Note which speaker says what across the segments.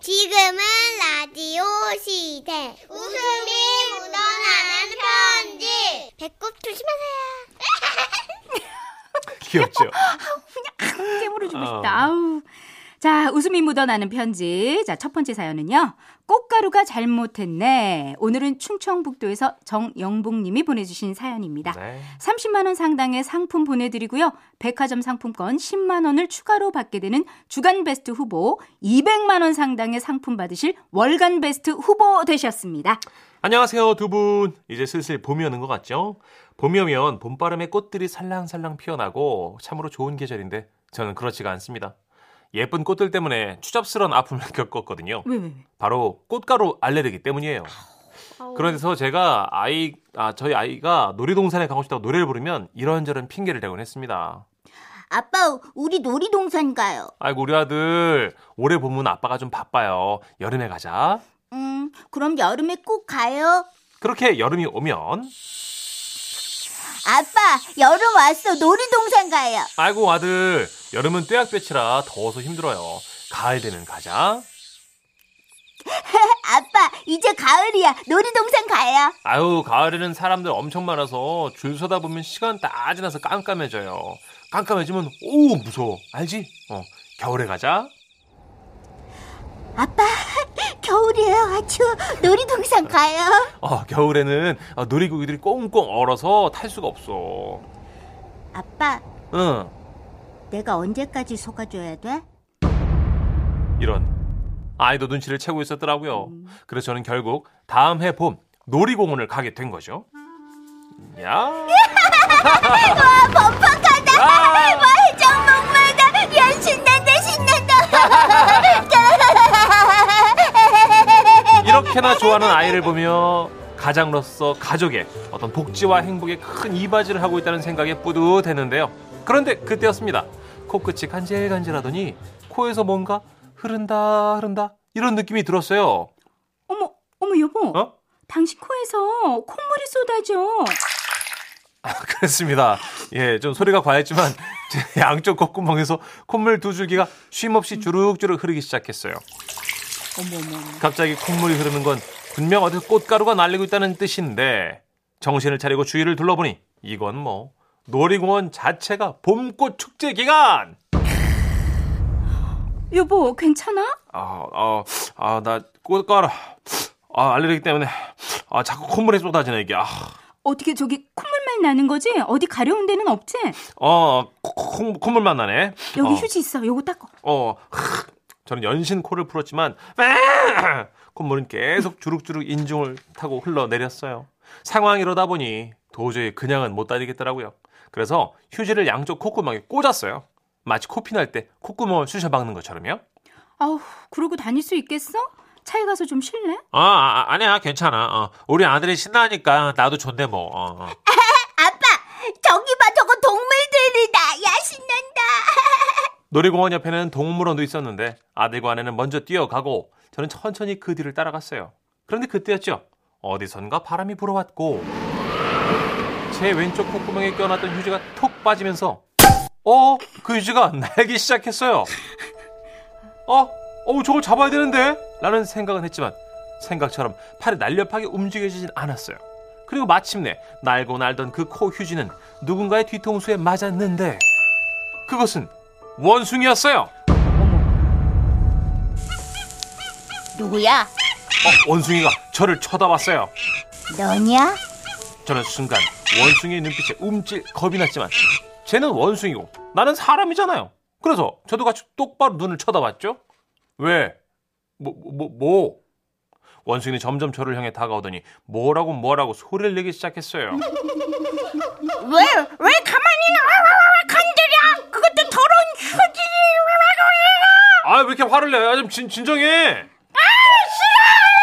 Speaker 1: 지금은 라디오 시대. 웃음이 묻어나는 편지. 배꼽 조심하세요.
Speaker 2: 귀엽죠?
Speaker 3: 깨물어 주고
Speaker 2: 아우.
Speaker 3: 싶다. 아우. 자, 웃음이 묻어나는 편지. 자, 첫 번째 사연은요. 꽃가루가 잘못했네. 오늘은 충청북도에서 정영복 님이 보내주신 사연입니다.
Speaker 2: 네.
Speaker 3: 30만 원 상당의 상품 보내드리고요. 백화점 상품권 10만 원을 추가로 받게 되는 주간 베스트 후보, 200만 원 상당의 상품 받으실 월간 베스트 후보 되셨습니다.
Speaker 2: 안녕하세요 두 분. 이제 슬슬 봄이 오는 것 같죠? 봄이 오면 봄바람에 꽃들이 살랑살랑 피어나고 참으로 좋은 계절인데 저는 그렇지가 않습니다. 예쁜 꽃들 때문에 추잡스런 아픔을 겪었거든요.
Speaker 3: 왜, 왜, 왜?
Speaker 2: 바로 꽃가루 알레르기 때문이에요. 그래서 제가 아이 아 저희 아이가 놀이동산에 가고 싶다고 노래를 부르면 이런저런 핑계를 대곤 했습니다.
Speaker 1: 아빠, 우리 놀이동산 가요.
Speaker 2: 아이고 우리 아들 올해 봄은 아빠가 좀 바빠요. 여름에 가자.
Speaker 1: 음, 그럼 여름에 꼭 가요.
Speaker 2: 그렇게 여름이 오면
Speaker 1: 아빠, 여름 왔어. 놀이동산 가요.
Speaker 2: 아이고 아들 여름은 떼약볕이라 더워서 힘들어요. 가을 되면 가자.
Speaker 1: 아빠, 이제 가을이야. 놀이동산 가요.
Speaker 2: 아유 가을에는 사람들 엄청 많아서 줄 서다 보면 시간 다 지나서 깜깜해져요. 깜깜해지면 오 무서워 알지? 어 겨울에 가자.
Speaker 1: 아빠, 겨울이에요. 아추, 놀이동산 가요.
Speaker 2: 어, 겨울에는 어, 놀이기구들이 꽁꽁 얼어서 탈 수가 없어.
Speaker 1: 아빠,
Speaker 2: 응,
Speaker 1: 내가 언제까지 속아줘야 돼?
Speaker 2: 이런. 아이도 눈치를 채고 있었더라고요. 그래서 저는 결국 다음 해 봄 놀이공원을 가게 된 거죠. 야!
Speaker 1: 번쩍하다!
Speaker 2: 아!
Speaker 1: 와, 해적 목마다! 야, 신난다, 신난다!
Speaker 2: 이렇게나 좋아하는 아이를 보며 가장으로서 가족의 어떤 복지와 행복에 큰 이바지를 하고 있다는 생각에 뿌듯했는데요. 그런데 그때였습니다. 코끝이 간질간질하더니 코에서 뭔가 흐른다 흐른다 이런 느낌이 들었어요.
Speaker 3: 어머, 어머, 여보.
Speaker 2: 어?
Speaker 3: 당신 코에서 콧물이 쏟아져.
Speaker 2: 아, 그렇습니다. 예, 좀 소리가 과했지만 제 양쪽 콧구멍에서 콧물 두 줄기가 쉼없이 주룩주룩 흐르기 시작했어요.
Speaker 3: 어머, 어머, 어머.
Speaker 2: 갑자기 콧물이 흐르는 건 분명 어디서 꽃가루가 날리고 있다는 뜻인데 정신을 차리고 주위를 둘러보니 이건 뭐 놀이공원 자체가 봄꽃 축제 기간.
Speaker 3: 여보, 괜찮아?
Speaker 2: 아, 아, 아, 나 꽃가루, 아 알레르기 때문에 아 자꾸 콧물이 쏟아지네 이게. 아,
Speaker 3: 어떻게 저기 콧물만 나는 거지? 어디 가려운 데는 없지?
Speaker 2: 어, 콧- 콧- 콧물만 나네.
Speaker 3: 여기
Speaker 2: 어.
Speaker 3: 휴지 있어. 요거 닦어.
Speaker 2: 어, 크, 저는 연신 코를 풀었지만 아! 콧물은 계속 주룩주룩 인중을 타고 흘러내렸어요. 상황 이러다 보니 도저히 그냥은 못 다니겠더라고요. 그래서 휴지를 양쪽 콧구멍에 꽂았어요. 마치 코피 날 때 콧구멍을 쑤셔 박는 것처럼요.
Speaker 3: 아우, 그러고 다닐 수 있겠어? 차에 가서 좀 쉴래?
Speaker 2: 아, 아 아니야 괜찮아. 어, 우리 아들이 신나니까 나도 좋네 뭐.
Speaker 1: 아빠, 저기 봐, 저거 동물들이다! 야, 신난다!
Speaker 2: 놀이공원 옆에는 동물원도 있었는데 아들과 아내는 먼저 뛰어가고 저는 천천히 그 뒤를 따라갔어요. 그런데 그때였죠. 어디선가 바람이 불어왔고 제 왼쪽 콧구멍에 껴놨던 휴지가 톡 빠지면서 어? 그 휴지가 날기 시작했어요. 어? 어 저걸 잡아야 되는데? 라는 생각은 했지만 생각처럼 팔이 날렵하게 움직여지진 않았어요. 그리고 마침내 날고 날던 그 코 휴지는 누군가의 뒤통수에 맞았는데 그것은 원숭이였어요.
Speaker 1: 누구야?
Speaker 2: 어, 원숭이가 저를 쳐다봤어요.
Speaker 1: 너냐?
Speaker 2: 저는 순간 원숭이의 눈빛에 움찔 겁이 났지만 쟤는 원숭이고 나는 사람이잖아요. 그래서 저도 같이 똑바로 눈을 쳐다봤죠. 왜? 뭐, 뭐, 뭐? 원숭이는 점점 저를 향해 다가오더니 뭐라고 뭐라고 소리를 내기 시작했어요.
Speaker 1: 왜, 왜 가만히 나와, 건드려! 그것도 더러운 휴지!
Speaker 2: 아, 왜 이렇게 화를 내? 아, 좀 진, 진정해! 아,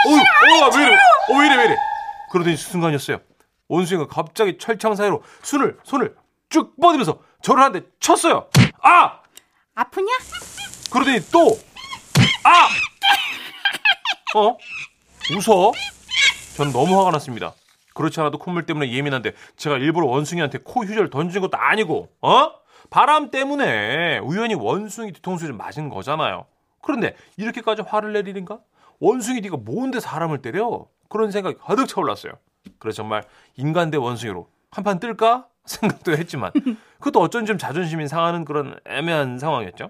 Speaker 2: 싫어! 싫어! 어, 왜 이래? 어, 왜 이래, 왜 이래? 그러더니 순간이었어요. 원숭이가 갑자기 철창 사이로 손을, 손을 쭉 뻗으면서 저를 한 대 쳤어요. 아!
Speaker 3: 아프냐?
Speaker 2: 그러더니 또! 아! 어? 웃어? 전 너무 화가 났습니다. 그렇지 않아도 콧물 때문에 예민한데 제가 일부러 원숭이한테 코 휴지를 던진 것도 아니고 어? 바람 때문에 우연히 원숭이 뒤통수를 맞은 거잖아요. 그런데 이렇게까지 화를 낼 일인가? 원숭이 네가 뭔데 사람을 때려? 그런 생각이 가득 차올랐어요. 그래서 정말 인간 대 원숭이로 한판 뜰까 생각도 했지만 그것도 어쩐지 좀 자존심이 상하는 그런 애매한 상황이었죠.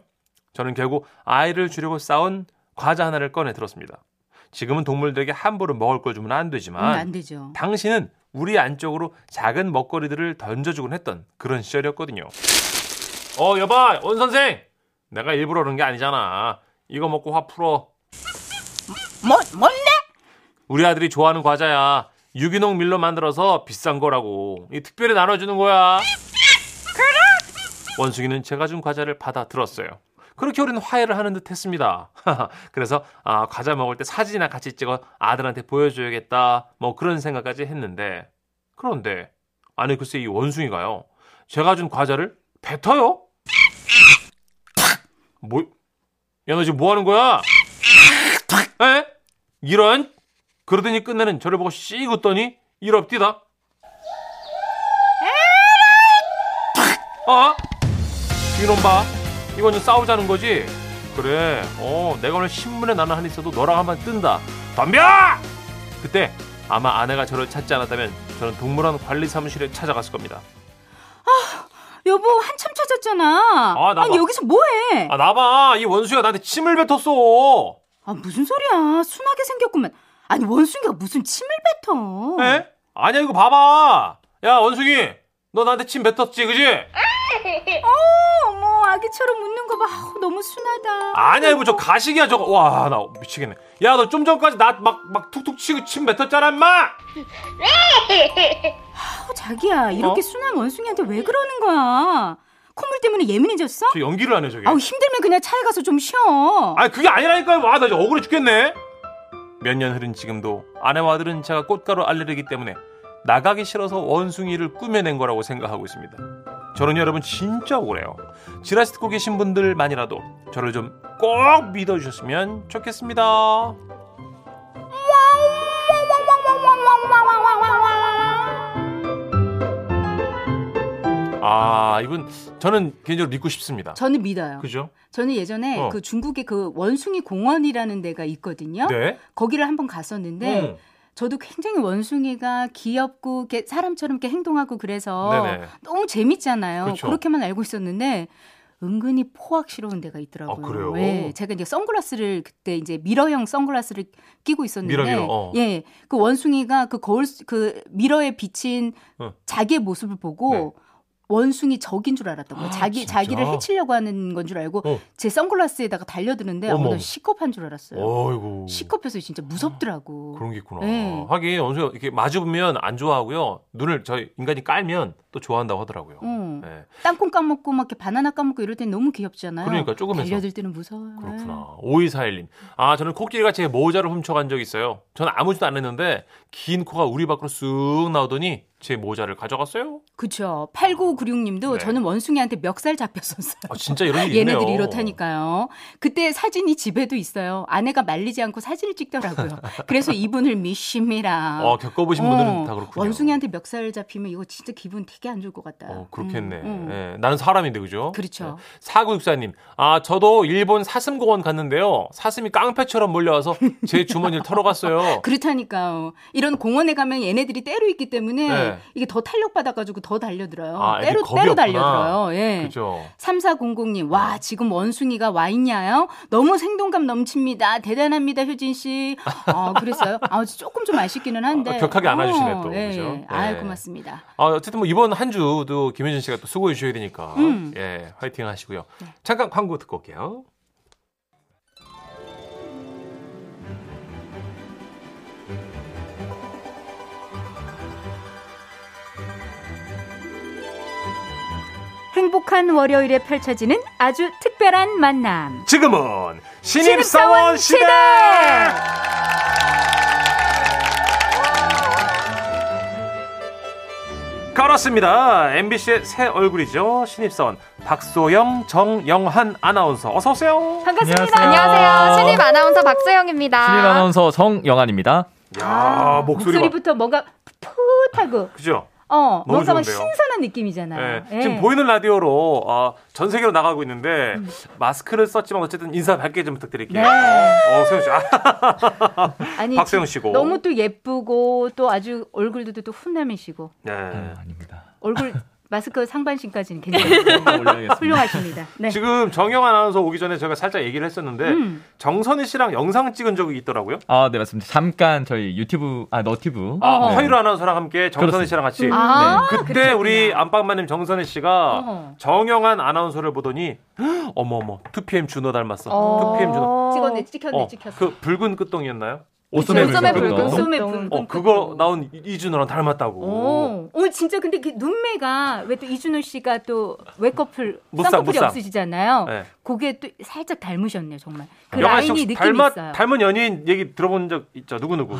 Speaker 2: 저는 결국 아이를 주려고 싸온 과자 하나를 꺼내 들었습니다. 지금은 동물들에게 함부로 먹을 걸 주면 안
Speaker 3: 음,
Speaker 2: 되지만
Speaker 3: 안 되죠.
Speaker 2: 당신은 우리 안쪽으로 작은 먹거리들을 던져주곤 했던 그런 시절이었거든요. 어, 여봐, 원 선생. 내가 일부러 그런 게 아니잖아. 이거 먹고 화 풀어.
Speaker 3: 뭐, 몰래?
Speaker 2: 우리 아들이 좋아하는 과자야. 유기농 밀로 만들어서 비싼 거라고. 이 특별히 나눠주는 거야. 원숭이는 제가 준 과자를 받아 들었어요. 그렇게 우리는 화해를 하는 듯 했습니다. 그래서 아, 과자 먹을 때 사진이나 같이 찍어 아들한테 보여줘야겠다. 뭐 그런 생각까지 했는데. 그런데 아니 글쎄 이 원숭이가요. 제가 준 과자를 뱉어요? 뭐? 야 너 지금 뭐 하는 거야? 에? 이런? 그러더니 끝내는 저를 보고 씩 웃더니 이럽디다 어? 이놈 봐. 이건 좀 싸우자는 거지. 그래. 어, 내가 오늘 신문에 나는 한 있어도 너랑 한번 뜬다. 덤벼! 그때 아마 아내가 저를 찾지 않았다면 저는 동물원 관리 사무실에 찾아갔을 겁니다.
Speaker 3: 여보, 한참 찾았잖아.
Speaker 2: 아, 나
Speaker 3: 아니,
Speaker 2: 봐.
Speaker 3: 여기서 뭐해?
Speaker 2: 아, 나봐. 이 원수야 나한테 침을 뱉었어.
Speaker 3: 아, 무슨 소리야. 순하게 생겼구만. 아니, 원숭이가 무슨 침을 뱉어.
Speaker 2: 에? 아니야, 이거 봐봐. 야, 원숭이. 너 나한테 침 뱉었지, 그지?
Speaker 3: 어머, 아기처럼 웃는 거 봐. 아우, 너무 순하다.
Speaker 2: 아니야 이거 저 가식이야 저거 와 나 미치겠네 야 너 좀 전까지 나 막 막 툭툭 치고 침 뱉었잖아 인마
Speaker 3: 아우, 자기야, 이렇게
Speaker 2: 어?
Speaker 3: 순한 원숭이한테 왜 그러는 거야? 콧물 때문에 예민해졌어?
Speaker 2: 저 연기를 안 해 저게
Speaker 3: 아우, 힘들면 그냥 차에 가서 좀 쉬어.
Speaker 2: 아니 그게 아니라니까요 와나 이제 억울해 죽겠네 몇 년 흐른 지금도 아내와 아들은 제가 꽃가루 알레르기 때문에 나가기 싫어서 원숭이를 꾸며낸 거라고 생각하고 있습니다 저는 여러분 진짜 억울해요 지라시 듣고 계신 분들만이라도 저를 좀 꼭 믿어주셨으면 좋겠습니다 아 이분 저는 개인적으로 믿고 싶습니다
Speaker 3: 저는 믿어요.
Speaker 2: 그죠?
Speaker 3: 저는 예전에
Speaker 2: 어.
Speaker 3: 그 중국의 그 원숭이 공원이라는 데가 있거든요. 네.
Speaker 2: 네.
Speaker 3: 거기를 한번 갔었는데
Speaker 2: 음.
Speaker 3: 저도 굉장히 원숭이가 귀엽고 이렇게 사람처럼 이렇게 행동하고 그래서
Speaker 2: 네네. 그렇죠.
Speaker 3: 너무 재밌잖아요.
Speaker 2: 그쵸.
Speaker 3: 그렇게만 알고 있었는데 은근히 포악스러운 데가 있더라고요.
Speaker 2: 아, 그래요?
Speaker 3: 예, 제가 이제 선글라스를 그때 이제 미러형 선글라스를 끼고 있었는데,
Speaker 2: 미러, 미러, 어.
Speaker 3: 예, 그 원숭이가 그 거울 수- 그 미러에 비친
Speaker 2: 어.
Speaker 3: 자기의 모습을 보고
Speaker 2: 네.
Speaker 3: 원숭이 적인 줄 알았던 거예요.
Speaker 2: 아,
Speaker 3: 자기
Speaker 2: 진짜?
Speaker 3: 자기를 해치려고 하는 건 줄 알고
Speaker 2: 어.
Speaker 3: 제 선글라스에다가 달려드는데
Speaker 2: 어머.
Speaker 3: 아무나 시겁한 줄 알았어요.
Speaker 2: 어이구.
Speaker 3: 시겁해서 진짜 무섭더라고.
Speaker 2: 그런 게 있구나.
Speaker 3: 네.
Speaker 2: 하긴 어느 정도 이렇게 마주 보면 안 좋아하고요. 눈을 저희 인간이 깔면 또 좋아한다고 하더라고요.
Speaker 3: 응.
Speaker 2: 네.
Speaker 3: 땅콩 까먹고 막 이렇게 바나나 까먹고 이럴 땐 너무 귀엽잖아요.
Speaker 2: 그러니까 조금 해서.
Speaker 3: 달려들 때는 무서워요. 네.
Speaker 2: 그렇구나. 오이사일님. 아, 저는 코끼리같이 제 모자를 훔쳐간 적이 있어요. 저는 아무 짓도 안 했는데 긴 코가 우리 밖으로 쑥 나오더니 제 모자를 가져갔어요.
Speaker 3: 그렇죠. 8996님도
Speaker 2: 네.
Speaker 3: 저는 원숭이한테 멱살 잡혔었어요.
Speaker 2: 아, 진짜 이런 일이 있네요.
Speaker 3: 얘네들이 이렇다니까요. 그때 사진이 집에도 있어요. 아내가 말리지 않고 사진을 찍더라고요. 그래서 이분을 미심이라.
Speaker 2: 어, 겪어보신 분들은 다 그렇군요.
Speaker 3: 원숭이한테 멱살 잡히면 이거 진짜 기분 되게 안 좋을 것 같다.
Speaker 2: 어, 네. 그렇겠네.
Speaker 3: 음, 음.
Speaker 2: 예, 나는 사람인데, 그죠?
Speaker 3: 그렇죠.
Speaker 2: 사구육사님, 아, 저도 일본 사슴공원 갔는데요. 사슴이 깡패처럼 몰려와서 제 주머니를 털어갔어요.
Speaker 3: 그렇다니까요. 이런 공원에 가면 얘네들이 때로 있기 때문에
Speaker 2: 네.
Speaker 3: 이게 더 탄력받아가지고 더 달려들어요.
Speaker 2: 아, 애들이
Speaker 3: 때로,
Speaker 2: 겁이
Speaker 3: 때로
Speaker 2: 없구나.
Speaker 3: 달려들어요. 예.
Speaker 2: 그죠?
Speaker 3: 3400님, 와, 지금 원숭이가 와 있냐요? 너무 생동감 넘칩니다. 대단합니다, 효진 씨. 어, 그랬어요? 아, 조금 좀 아쉽기는 한데.
Speaker 2: 아, 격하게 안아주시네, 또.
Speaker 3: 예,
Speaker 2: 그죠?
Speaker 3: 예. 아유,
Speaker 2: 예.
Speaker 3: 고맙습니다.
Speaker 2: 아, 어쨌든 뭐 이번 한 주도 김효진 씨가 또 수고해 주셔야 되니까.
Speaker 3: 음.
Speaker 2: 예, 화이팅 하시고요. 잠깐 광고 듣고 올게요.
Speaker 3: 행복한 월요일에 펼쳐지는 아주 특별한 만남.
Speaker 2: 지금은 신입사원
Speaker 3: 신입사원
Speaker 2: 시대! 그렇습니다. MBC의 새 얼굴이죠. 신입사원 박소영, 정영한 아나운서 어서 오세요.
Speaker 3: 반갑습니다.
Speaker 4: 안녕하세요. 신입 아나운서 박소영입니다.
Speaker 5: 신인 아나운서 성영환입니다.
Speaker 2: 야,
Speaker 3: 목소리부터 뭔가 풋하고,
Speaker 2: 그죠?
Speaker 3: 어, 어,
Speaker 2: 너무
Speaker 3: 뭔가 막
Speaker 2: 좋은데요.
Speaker 3: 신선한 느낌이잖아요.
Speaker 2: 예,
Speaker 3: 예.
Speaker 2: 지금 보이는 라디오로 어, 전 세계로 나가고 있는데 마스크를 썼지만 어쨌든 인사 밝게 좀 부탁드릴게요.
Speaker 3: 음. 네.
Speaker 2: 어, 세훈 씨, 아,
Speaker 3: 아니,
Speaker 2: 박세훈 씨고.
Speaker 3: 너무 또 예쁘고 또 아주 얼굴도 또 훈남이시고
Speaker 2: 네.
Speaker 5: 음, 아닙니다.
Speaker 3: 얼굴 마스크 상반신까지는 굉장히
Speaker 5: 올려야겠습니다.
Speaker 3: 훌륭하십니다. 네.
Speaker 2: 지금 정영 아나운서 오기 전에 제가 살짝 얘기를 했었는데
Speaker 3: 음.
Speaker 2: 정선희 씨랑 영상 찍은 적이 있더라고요.
Speaker 5: 아, 네 맞습니다. 잠깐 저희 유튜브 아 너튜브
Speaker 2: 아,
Speaker 5: 네.
Speaker 2: 허이로 아나운서랑 함께 정선희 씨랑
Speaker 3: 음.
Speaker 2: 같이
Speaker 4: 아,
Speaker 2: 네. 그때 우리 안방마님 정선혜 씨가
Speaker 3: 그렇죠. 네. 어허.
Speaker 2: 정영한 아나운서를 보더니 어머 어머 2PM 준호 닮았어. 2PM 준호.
Speaker 3: 찍었네, 찍혔네,
Speaker 2: 어,
Speaker 3: 찍혔어.
Speaker 2: 그 붉은 끝동이었나요?
Speaker 5: 옷소매
Speaker 4: 옷소매
Speaker 5: 붉은
Speaker 4: 붉은
Speaker 5: 거.
Speaker 4: 소-
Speaker 3: 소매
Speaker 4: 어,
Speaker 3: 붉은
Speaker 2: 어
Speaker 3: 끈끈끈.
Speaker 2: 그거 나온 이- 이준호랑 닮았다고.
Speaker 3: 오, 오, 진짜 근데 그 눈매가 왜 또 이준호 씨가 또 외꺼풀
Speaker 2: 무쌍,
Speaker 3: 쌍꺼풀이
Speaker 2: 무쌍.
Speaker 3: 없으시잖아요.
Speaker 2: 네.
Speaker 3: 그게 또 살짝 닮으셨네요, 정말. 그
Speaker 2: 영아 씨
Speaker 3: 라인이
Speaker 2: 혹시
Speaker 3: 느낌이
Speaker 2: 닮아,
Speaker 3: 있어요.
Speaker 2: 닮은 연예인 얘기 들어본 적 있죠? 누구 누구?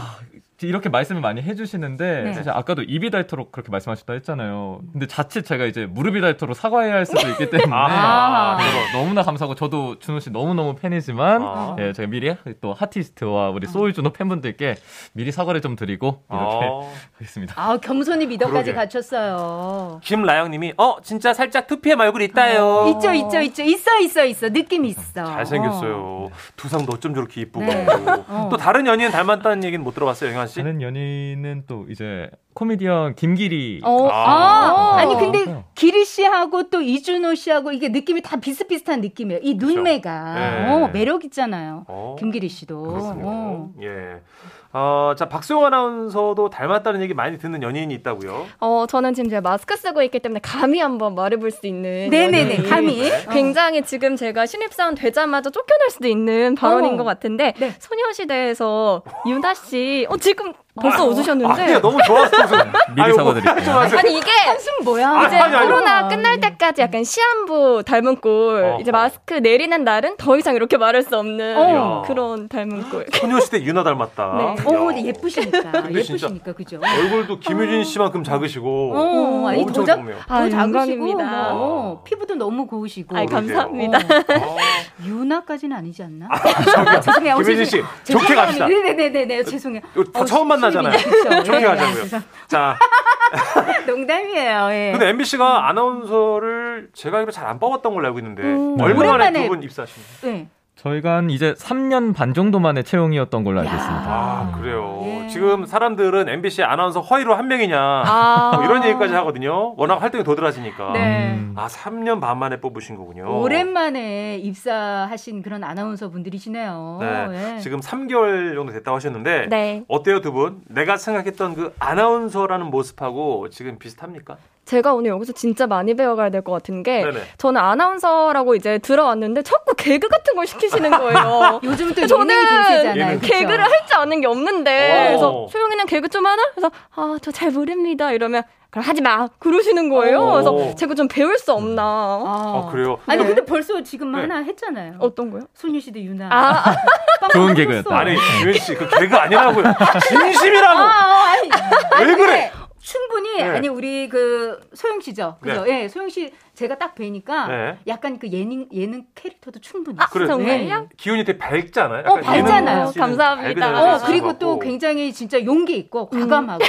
Speaker 5: 이렇게 말씀을 많이 해주시는데
Speaker 3: 네.
Speaker 5: 사실 아까도 입이 닳도록 그렇게 말씀하셨다 했잖아요. 근데 자칫 제가 이제 무릎이 닳도록 사과해야 할 수도 있기 때문에 네.
Speaker 3: 네.
Speaker 2: 아, 그거.
Speaker 5: 너무나 감사하고 저도 준호 씨 너무 너무 팬이지만
Speaker 2: 아.
Speaker 5: 예, 제가 미리 또 하티스트와 우리 소울 준호 팬분들께 미리 사과를 좀 드리고 이렇게
Speaker 2: 아.
Speaker 5: 하겠습니다.
Speaker 3: 아, 겸손히 미덕까지
Speaker 2: 그러게.
Speaker 3: 갖췄어요.
Speaker 2: 김라영님이 어 진짜 살짝 2PM 얼굴 있다요.
Speaker 3: 아, 있죠, 있죠, 있죠. 있어, 있어, 있어. 느낌 있어.
Speaker 2: 어. 잘생겼어요.
Speaker 3: 어.
Speaker 2: 두상도 어쩜 저렇게 이쁘고
Speaker 3: 네. 어.
Speaker 2: 또 다른 연예인 닮았다는 얘기는 못 들어봤어요, 영아 씨?
Speaker 5: 다른 연예인은 또 이제 코미디언 김길이
Speaker 2: 아. 어.
Speaker 3: 어, 아, 아니 근데
Speaker 5: 그렇구나.
Speaker 3: 기리 씨하고 또 이준호 씨하고 이게 느낌이 다 비슷비슷한 느낌이에요. 이 눈매가
Speaker 2: 네.
Speaker 3: 어, 매력 있잖아요.
Speaker 2: 어.
Speaker 3: 김기리 씨도.
Speaker 2: 그렇습니다.
Speaker 3: 어.
Speaker 2: 예. 어, 자, 박수영 아나운서도 닮았다는 얘기 많이 듣는 연예인이 있다고요.
Speaker 4: 어, 저는 지금 제가 마스크 쓰고 있기 때문에 감히 한번 말해볼 수 있는.
Speaker 3: 네네네.
Speaker 4: 연예인.
Speaker 3: 감히. 어.
Speaker 4: 굉장히 지금 제가 신입사원 되자마자 쫓겨날 수도 있는 발언인
Speaker 3: 어.
Speaker 4: 것 같은데
Speaker 3: 네.
Speaker 4: 소녀시대에서 유나 씨, 어 지금 벌써
Speaker 2: 아,
Speaker 4: 웃으셨는데
Speaker 2: 그냥 너무 좋았어. 무슨.
Speaker 5: 미리
Speaker 2: 아이고,
Speaker 5: 사과드릴게요.
Speaker 2: 걱정 마세요.
Speaker 4: 아니 이게
Speaker 3: 한숨 뭐야?
Speaker 4: 이제
Speaker 2: 아니, 아니.
Speaker 4: 코로나 끝날 때까지 약간 시한부 닮은 꼴
Speaker 2: 어.
Speaker 4: 이제 마스크 내리는 날은 더 이상 이렇게 말할 수 없는
Speaker 2: 어.
Speaker 4: 그런 닮은 꼴
Speaker 2: 소녀시대 유나 닮았다.
Speaker 4: 네.
Speaker 2: 야.
Speaker 3: 어, 근데 예쁘시니까.
Speaker 2: 아, 근데 진짜-
Speaker 3: 예쁘시니까 그죠?
Speaker 2: 얼굴도 김유진 씨만큼 작으시고.
Speaker 3: 어, 아니
Speaker 2: 엄청
Speaker 3: 도장
Speaker 2: 좋네요.
Speaker 4: 아,
Speaker 3: 더 작으시고 뭐,
Speaker 4: 영광입니다.
Speaker 3: 어, 피부도 너무 고우시고.
Speaker 4: 아이, 감사합니다.
Speaker 2: 어.
Speaker 3: 유나까지는 아니지 않나? 아, 죄송해요.
Speaker 2: 김혜진 씨, 좋게 갑시다.
Speaker 3: 네네네네, 죄송해요.
Speaker 2: 이거 다
Speaker 3: 어,
Speaker 2: 처음 만나잖아요.
Speaker 3: 신입이네, 그쵸?
Speaker 2: 좋게
Speaker 3: 네,
Speaker 2: 하자고요. 자,
Speaker 3: 농담이에요. 예.
Speaker 2: 근데 MBC가 아나운서를 제가 알기로 잘 안 뽑았던 걸로 알고 있는데
Speaker 4: 음.
Speaker 2: 얼마 만에
Speaker 3: 오랜만에
Speaker 2: 두 분 입사하신 거예요?
Speaker 3: 네.
Speaker 5: 저희가 한 이제 3년 반 정도 만에 채용이었던 걸로 알고 있습니다.
Speaker 2: 아, 그래요.
Speaker 3: 예.
Speaker 2: 지금 사람들은 MBC 아나운서 허위로 한 명이냐
Speaker 4: 아.
Speaker 2: 뭐 이런 얘기까지 하거든요. 워낙 활동이 도드라지니까.
Speaker 3: 네.
Speaker 5: 음.
Speaker 2: 아, 3년 반 만에 뽑으신 거군요.
Speaker 3: 오랜만에 입사하신 그런 아나운서 분들이시네요.
Speaker 2: 네.
Speaker 3: 예.
Speaker 2: 지금 3개월 정도 됐다고 하셨는데
Speaker 4: 네
Speaker 2: 어때요 두 분? 내가 생각했던 그 아나운서라는 모습하고 지금 비슷합니까?
Speaker 4: 제가 오늘 여기서 진짜 많이 배워가야 될 것 같은 게
Speaker 2: 네네.
Speaker 4: 저는 아나운서라고 이제 들어왔는데 자꾸 개그 같은 걸 시키시는 거예요.
Speaker 3: 요즘 또
Speaker 4: 저는
Speaker 3: 예능이 대세잖아요.
Speaker 2: 예능.
Speaker 3: 그쵸?
Speaker 4: 개그를 할 줄 아는 게 없는데
Speaker 2: 오.
Speaker 4: 그래서 소영이는 개그 좀 하나? 그래서 아 저 잘 모릅니다 이러면 그럼 하지 마 그러시는 거예요.
Speaker 2: 오.
Speaker 4: 그래서 제가 좀 배울 수 없나
Speaker 2: 아, 그래요.
Speaker 3: 어. 아니
Speaker 4: 네.
Speaker 3: 근데 벌써 지금
Speaker 2: 네.
Speaker 3: 하나 했잖아요.
Speaker 4: 어떤 거요?
Speaker 3: 소녀시대 유나.
Speaker 4: 아
Speaker 3: 빵
Speaker 5: 좋은
Speaker 3: 터졌어.
Speaker 5: 개그였다.
Speaker 2: 아니 유현 씨그 개그 아니라고요. 진심이라고.
Speaker 3: 네. 아, 아, 아니.
Speaker 2: 왜 그래?
Speaker 3: 근데 충분히
Speaker 2: 네.
Speaker 3: 아니 우리 그 소영 씨죠. 그죠? 예, 소영 씨 제가 딱 뵈니까
Speaker 2: 네.
Speaker 3: 약간 그 예능 예능 캐릭터도 충분히. 네.
Speaker 4: 아,
Speaker 3: 있어요.
Speaker 2: 그래요.
Speaker 4: 정말요?
Speaker 2: 기운이 되게 밝지 않아요?
Speaker 3: 어,
Speaker 2: 약간 예능
Speaker 3: 밝잖아요.
Speaker 2: 씨는
Speaker 4: 감사합니다.
Speaker 2: 밝은
Speaker 3: 어,
Speaker 2: 여자친구
Speaker 3: 그리고 또
Speaker 2: 같고.
Speaker 3: 굉장히 진짜 용기 있고
Speaker 5: 음.
Speaker 3: 과감하고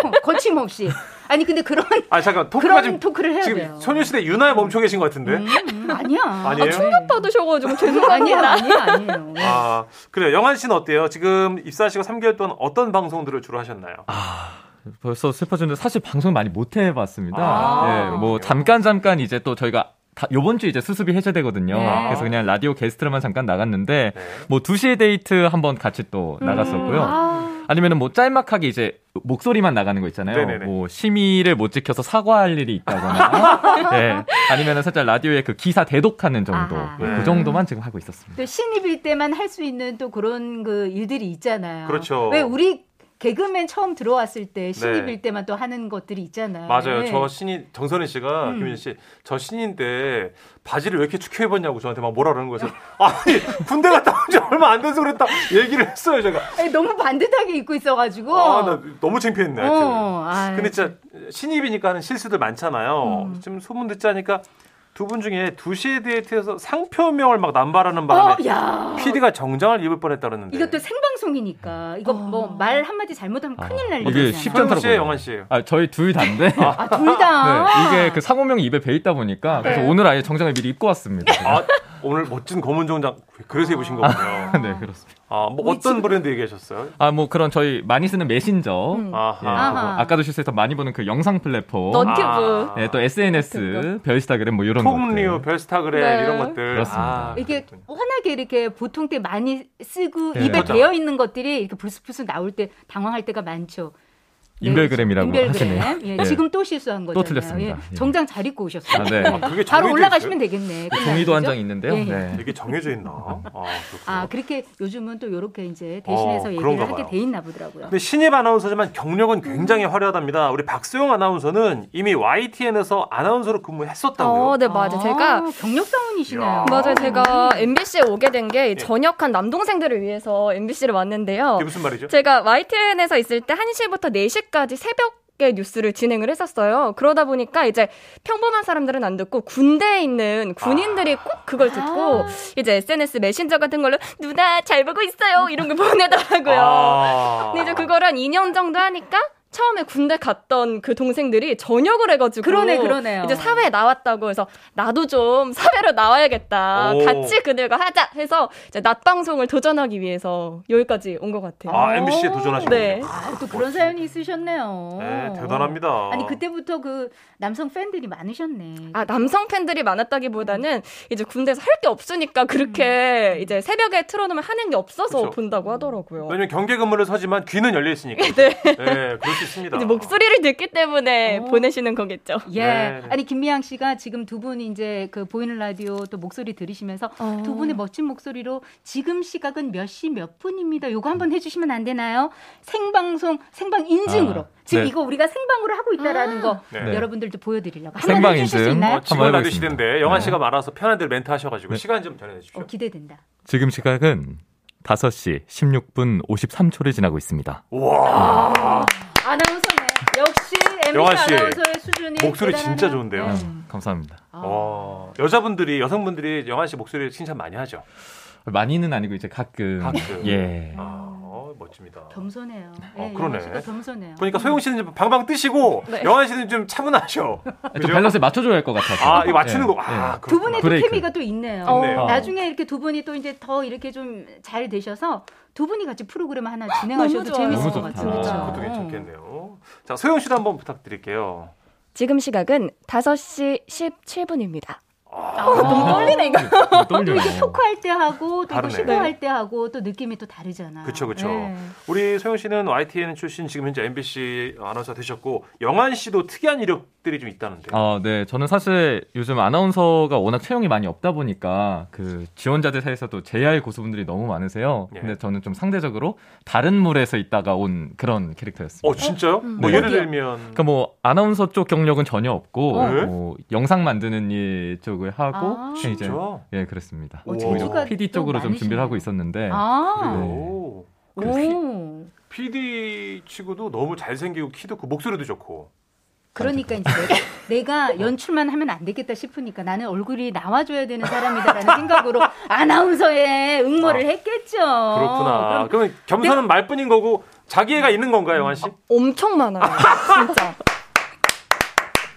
Speaker 3: 거침없이. 아니 근데 그런
Speaker 2: 아 잠깐 토크가
Speaker 3: 그런
Speaker 2: 지금
Speaker 3: 토크를 해야 돼요.
Speaker 2: 지금 소녀시대 유나에 멈춰 계신 것 같은데.
Speaker 3: 음, 음, 아니야.
Speaker 2: 아니에요? 아,
Speaker 4: 받으셔가지고 죄송
Speaker 3: 아니야, 아니야, 아니에요.
Speaker 2: 아 그래요. 영한 씨는 어때요? 지금 입사하시고 3개월 동안 어떤 방송들을 주로 하셨나요?
Speaker 5: 벌써 슬퍼지는데 사실 방송 많이 못 해봤습니다.
Speaker 2: 아.
Speaker 5: 예, 뭐 잠깐 잠깐 이제 또 저희가 다, 요번 주 이제 수습이 해제되거든요.
Speaker 3: 네.
Speaker 5: 그래서 그냥 라디오 게스트로만 잠깐 나갔는데
Speaker 2: 네.
Speaker 5: 뭐 2시에 데이트 한번 같이 또
Speaker 3: 음.
Speaker 5: 나갔었고요. 아니면은 뭐 짤막하게 이제 목소리만 나가는 거 있잖아요.
Speaker 2: 네네네.
Speaker 5: 뭐 심의를 못 지켜서 사과할 일이 있다거나, 예, 아니면은 살짝 라디오에 그 기사 대독하는 정도,
Speaker 3: 아하.
Speaker 5: 예,
Speaker 2: 네.
Speaker 5: 그 정도만 지금 하고 있었습니다.
Speaker 3: 또 신입일 때만 할 수 있는 또 그런 그 일들이 있잖아요.
Speaker 2: 그렇죠.
Speaker 3: 왜 우리 개그맨 처음 들어왔을 때 신입일
Speaker 2: 네.
Speaker 3: 때만 또 하는 것들이 있잖아요.
Speaker 2: 맞아요.
Speaker 3: 네.
Speaker 2: 저 신인 정선희 씨가
Speaker 3: 음.
Speaker 2: 김윤 씨, 저 신인데 바지를 왜 이렇게 축혀 입었냐고 저한테 막 뭐라 그러는 거예요. 아니 군대 갔다 온 지 얼마 안 돼서 그랬다 얘기를 했어요 제가.
Speaker 3: 아니, 너무 반듯하게 입고 있어가지고.
Speaker 2: 아 나 너무 창피했네. 하여튼.
Speaker 3: 어, 아유. 음.
Speaker 2: 근데 진짜 신입이니까 하는 실수들 많잖아요. 지금 소문 듣자니까 두 분 중에 2시에 데이트해서 상표명을 막 남발하는 바람에
Speaker 3: 어, 야.
Speaker 2: PD가 정장을 입을 뻔했다는데.
Speaker 3: 이것도 생방송이니까 이거 뭐 말 한마디 잘못하면 큰일 날
Speaker 5: 어. 이게
Speaker 3: 일이잖아요.
Speaker 5: 쉽지
Speaker 2: 서영 씨예요,
Speaker 5: 않더라고요.
Speaker 2: 영환 씨예요.
Speaker 5: 아, 저희 둘 다인데.
Speaker 3: 아, 네. 둘 다.
Speaker 5: 네, 이게 그 상호명이 입에 배 있다 보니까 그래서 오늘 아예 정장을 미리 입고 왔습니다.
Speaker 2: 아, 오늘 멋진 검은 정장 그래서 입으신 거군요.
Speaker 5: 네, 그렇습니다.
Speaker 2: 아, 뭐 어떤 브랜드 얘기하셨어요?
Speaker 5: 아, 뭐 그런 저희 많이 쓰는 메신저.
Speaker 4: 음.
Speaker 5: 예,
Speaker 2: 아하.
Speaker 3: 아하. 뭐.
Speaker 5: 그리고 아까도 실수해서 많이 보는 그 영상 플랫폼.
Speaker 4: 넌-
Speaker 2: 아.
Speaker 5: 예, 또 SNS, 별스타그램 뭐 이런
Speaker 2: 톡리오,
Speaker 5: 것들.
Speaker 2: 별스타그램
Speaker 4: 네.
Speaker 2: 이런 것들.
Speaker 5: 그렇습니다.
Speaker 2: 아,
Speaker 3: 이게
Speaker 2: 그렇군요.
Speaker 3: 워낙에 이렇게 보통 때 많이 쓰고
Speaker 5: 네.
Speaker 3: 입에
Speaker 2: 맞아.
Speaker 3: 배어 있는 것들이 이렇게 불쑥불쑥 나올 때 당황할 때가 많죠. 네,
Speaker 5: 인별그램이라고
Speaker 3: 인별그램.
Speaker 5: 하시네요.
Speaker 3: 예,
Speaker 5: 예.
Speaker 3: 지금 또 실수한 거죠.
Speaker 5: 틀렸습니다. 예.
Speaker 3: 정장 잘 입고 오셨어요.
Speaker 5: 아, 네.
Speaker 2: 아, 그게
Speaker 3: 바로
Speaker 2: 정해져
Speaker 3: 올라가시면 되겠네.
Speaker 5: 그 종이도 한
Speaker 3: 그죠?
Speaker 5: 장 있는데요.
Speaker 3: 예, 예.
Speaker 5: 네.
Speaker 2: 있어요? 이게 정해져 있나? 아, 그렇군요.
Speaker 3: 아 그렇게 요즘은 또 이렇게 이제
Speaker 2: 어,
Speaker 3: 대신해서
Speaker 2: 그런가
Speaker 3: 얘기를 하게
Speaker 2: 봐요.
Speaker 3: 돼 있나 보더라고요.
Speaker 2: 근데 신입 아나운서지만 경력은 굉장히
Speaker 4: 음.
Speaker 2: 화려하답니다. 우리 박수영 아나운서는 이미 YTN에서 아나운서로 근무했었다고요.
Speaker 4: 어, 네, 맞아요. 제가
Speaker 2: 이야.
Speaker 3: 경력 사원이시네요. 음.
Speaker 4: 맞아요. 음. 제가 MBC에 오게 된
Speaker 2: 예.
Speaker 4: 게 전역한 남동생들을 위해서 MBC를 왔는데요.
Speaker 2: 이게 무슨 말이죠?
Speaker 4: 제가 YTN에서 있을 때 1시부터 4시까지 새벽 에 뉴스를 진행을 했었어요. 그러다 보니까 이제 평범한 사람들은 안 듣고 군대에 있는 군인들이
Speaker 3: 아.
Speaker 4: 꼭 그걸 듣고 이제 SNS 메신저 같은 걸로 누나 잘 보고 있어요 이런 걸 보내더라고요.
Speaker 2: 아.
Speaker 4: 근데 이제 그걸 한 2년 정도 하니까 처음에 군대 갔던 그 동생들이 전역을 해가지고
Speaker 3: 그러네, 그러네요.
Speaker 4: 이제 사회에 나왔다고 해서 나도 좀 사회로 나와야겠다
Speaker 2: 오.
Speaker 4: 같이 그들과 하자 해서 이제 낮 방송을 도전하기 위해서 여기까지 온 것 같아요.
Speaker 2: 아, MBC에 도전하신
Speaker 4: 네.
Speaker 2: 분이요?
Speaker 3: 아, 또 그런 사연이 있으셨네요.
Speaker 2: 네, 대단합니다.
Speaker 3: 아니 그때부터 그 남성 팬들이 많으셨네.
Speaker 4: 아, 남성 팬들이 많았다기보다는 이제 군대에서 할 게 없으니까 그렇게 이제 새벽에 틀어놓으면 하는 게 없어서
Speaker 2: 그쵸.
Speaker 4: 본다고 하더라고요.
Speaker 2: 왜냐면 경계 근무를 서지만 귀는 열려 있으니까. 네. 그럴 수 있습니다.
Speaker 4: 이제 목소리를 듣기 때문에
Speaker 3: 어.
Speaker 4: 보내시는 거겠죠.
Speaker 3: 예.
Speaker 2: 네.
Speaker 3: 아니 김미양 씨가 지금 두 분 이제 그 보이는 라디오 또 목소리 들으시면서
Speaker 4: 어.
Speaker 3: 두 분의 멋진 목소리로 지금 시각은 몇 시 몇 분입니다. 요거 한번 해주시면 안 되나요? 생방송 생방 인증으로
Speaker 5: 아,
Speaker 3: 지금
Speaker 5: 네.
Speaker 3: 이거 우리가 생방으로 하고 있다라는 거
Speaker 2: 네.
Speaker 3: 여러분들도 보여드리려고 한번
Speaker 5: 생방
Speaker 3: 해주실 수
Speaker 5: 인증.
Speaker 3: 있나요?
Speaker 4: 네?
Speaker 2: 어, 지금
Speaker 5: 한번
Speaker 2: 라디오
Speaker 5: 해보겠습니다.
Speaker 2: 시대인데 영환 씨가 말아서 편한대로 멘트 하셔가지고
Speaker 5: 네.
Speaker 2: 시간 좀 전해주십시오.
Speaker 3: 어, 기대된다.
Speaker 5: 지금 시각은 5시 16분 53초를 지나고 있습니다.
Speaker 2: 우와.
Speaker 3: 아나운서네. 역시
Speaker 2: 영화
Speaker 3: MBC
Speaker 2: 씨,
Speaker 3: 아나운서의 수준이
Speaker 2: 목소리
Speaker 3: 대단하네요.
Speaker 2: 진짜 좋은데요?
Speaker 3: 네.
Speaker 5: 감사합니다.
Speaker 3: 아.
Speaker 2: 와. 여자분들이 여성분들이 영환 씨 목소리 칭찬 많이 하죠.
Speaker 5: 많이는 아니고 이제 가끔.
Speaker 2: 가끔.
Speaker 4: 네.
Speaker 5: 예.
Speaker 2: 아, 어, 멋집니다.
Speaker 3: 겸손해요.
Speaker 2: 어,
Speaker 3: 예,
Speaker 2: 그러네.
Speaker 3: 영화 씨가 겸손해요.
Speaker 2: 보니까 소영 씨는 좀 방방 뜨시고
Speaker 4: 네.
Speaker 2: 영환 씨는 좀 차분하셔.
Speaker 5: 좀 밸런스에 맞춰줘야 할 것 같아서.
Speaker 2: 아, 이 맞추는
Speaker 5: 예,
Speaker 2: 거. 아,
Speaker 3: 두
Speaker 2: 그렇구나.
Speaker 3: 분의 또
Speaker 5: 브레이크.
Speaker 3: 케미가 또 있네요.
Speaker 2: 있네요.
Speaker 3: 나중에 이렇게 두 분이 또 이제 더 이렇게 좀 잘 되셔서 두 분이 같이 프로그램 하나 진행하셔도
Speaker 4: 너무 좋아요.
Speaker 3: 재밌을
Speaker 5: 너무
Speaker 3: 것
Speaker 5: 좋다.
Speaker 3: 같은데.
Speaker 5: 그쵸.
Speaker 2: 그것도 괜찮겠네요. 자, 소영 씨도 한번 부탁드릴게요.
Speaker 4: 지금 시각은 5시 17분입니다.
Speaker 3: 너무 떨리네 이거.
Speaker 5: 예. 좀
Speaker 3: 또
Speaker 5: 떨려요.
Speaker 2: 아.
Speaker 3: 이게 토크할 아. 때 하고 또 이거
Speaker 2: 다르네.
Speaker 3: 시도할 때 하고 또 느낌이 또 다르잖아.
Speaker 2: 그쵸, 그쵸.
Speaker 4: 네.
Speaker 3: 예.
Speaker 2: 우리 소영 씨는 YTN 출신 지금 현재 MBC 아나운서 되셨고 영환 씨도 특이한 이력들이 좀 있다는데.
Speaker 5: 어, 네. 저는 사실 요즘 아나운서가 워낙 채용이 많이 없다 보니까 그 지원자들 사이에서도 JR 고수분들이 너무 많으세요.
Speaker 2: 예.
Speaker 5: 근데 저는 좀 상대적으로 다른 물에서 있다가 온 그런 캐릭터였습니다.
Speaker 2: 어 진짜요? 뭐
Speaker 5: 네.
Speaker 2: 예를 들면
Speaker 5: 그러니까 뭐 아나운서 쪽 경력은 전혀 없고
Speaker 2: 어. 네?
Speaker 5: 뭐 영상 만드는 일 쪽을 하고
Speaker 3: 아.
Speaker 5: 이제
Speaker 2: 진짜?
Speaker 5: 예 그랬습니다.
Speaker 2: 어,
Speaker 5: 오히려
Speaker 2: 재주가
Speaker 5: PD
Speaker 3: 또
Speaker 5: 쪽으로 좀 준비를
Speaker 3: 많으시네요.
Speaker 5: 하고 있었는데
Speaker 3: 아.
Speaker 5: 네.
Speaker 2: 오.
Speaker 3: 오.
Speaker 2: PD 치고도 너무 잘생기고 키도 크고 목소리도 좋고.
Speaker 3: 그러니까 이제 내가, 내가 연출만 하면 안 되겠다 싶으니까 나는 얼굴이 나와줘야 되는 사람이다라는 생각으로 아나운서에 응모를
Speaker 2: 아,
Speaker 3: 했겠죠.
Speaker 2: 그렇구나. 그러면 겸손은 말뿐인 거고 자기애가 있는 건가요, 영환 씨?
Speaker 4: 어. 엄청 많아요. 진짜.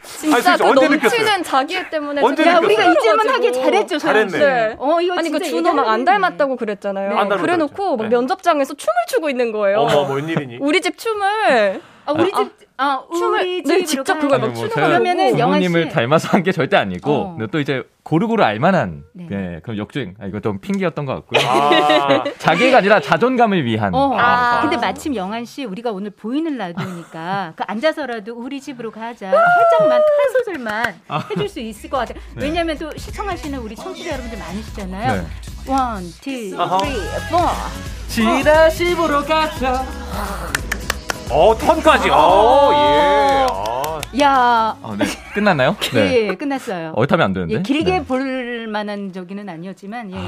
Speaker 2: 진짜
Speaker 4: 진짜 그
Speaker 2: 언제
Speaker 4: 넘치는
Speaker 2: 느꼈어요?
Speaker 4: 자기애 때문에
Speaker 2: 언제
Speaker 4: 지금
Speaker 3: 야,
Speaker 2: 느꼈어요?
Speaker 4: 네, 그렇죠. 힘들어가지고.
Speaker 3: 우리가 이제만 하길 잘했죠, 서영 씨.
Speaker 2: 잘했네.
Speaker 3: 어, 이거
Speaker 4: 뭐. 아니 그
Speaker 3: 진짜
Speaker 4: 준호 막 안
Speaker 3: 얘기하는데.
Speaker 4: 닮았다고 그랬잖아요.
Speaker 2: 네. 안 닮았다고
Speaker 4: 그래놓고
Speaker 2: 그랬죠.
Speaker 4: 막
Speaker 2: 네.
Speaker 4: 면접장에서 춤을 추고 있는 거예요.
Speaker 2: 어머, 뭔 일이니?
Speaker 4: 우리 집 춤을
Speaker 3: 아, 우리 집, 아,
Speaker 4: 춤을
Speaker 3: 우리
Speaker 4: 네,
Speaker 3: 집으로
Speaker 4: 직접
Speaker 3: 가-
Speaker 4: 그걸 막
Speaker 5: 아니, 뭐
Speaker 4: 추는
Speaker 5: 제가
Speaker 3: 그러면은 영환 씨.
Speaker 5: 부모님을 닮아서 한 게 절대 아니고
Speaker 3: 어.
Speaker 5: 근데 또 이제 고루고루 알만한
Speaker 3: 네.
Speaker 5: 예 그런 역주행 아, 이거 좀 핑계였던 것 같고요.
Speaker 2: 아,
Speaker 5: 자기가 아니라 자존감을 위한
Speaker 3: 어.
Speaker 4: 아,
Speaker 3: 근데
Speaker 4: 아.
Speaker 3: 마침 영한 씨 우리가 오늘 보이는 라디오니까 그 앉아서라도 우리 집으로 가자 살짝만 한 소절만 해줄 수 있을 것 같아요. 왜냐하면 또 시청하시는 우리 청취자 여러분들 많으시잖아요.
Speaker 5: 네.
Speaker 3: 원, 투, 쓰리,
Speaker 2: 아하.
Speaker 3: 포.
Speaker 5: 지라시 보러 가자.
Speaker 2: 어 턴까지. 어 예. 아,
Speaker 3: 야,
Speaker 5: 어, 네. 끝났나요?
Speaker 3: 예, 끝났어요.
Speaker 5: 어타면안 되는데.
Speaker 3: 예, 길게
Speaker 5: 네.
Speaker 3: 볼 만한 저기는 아니었지만 예, 예.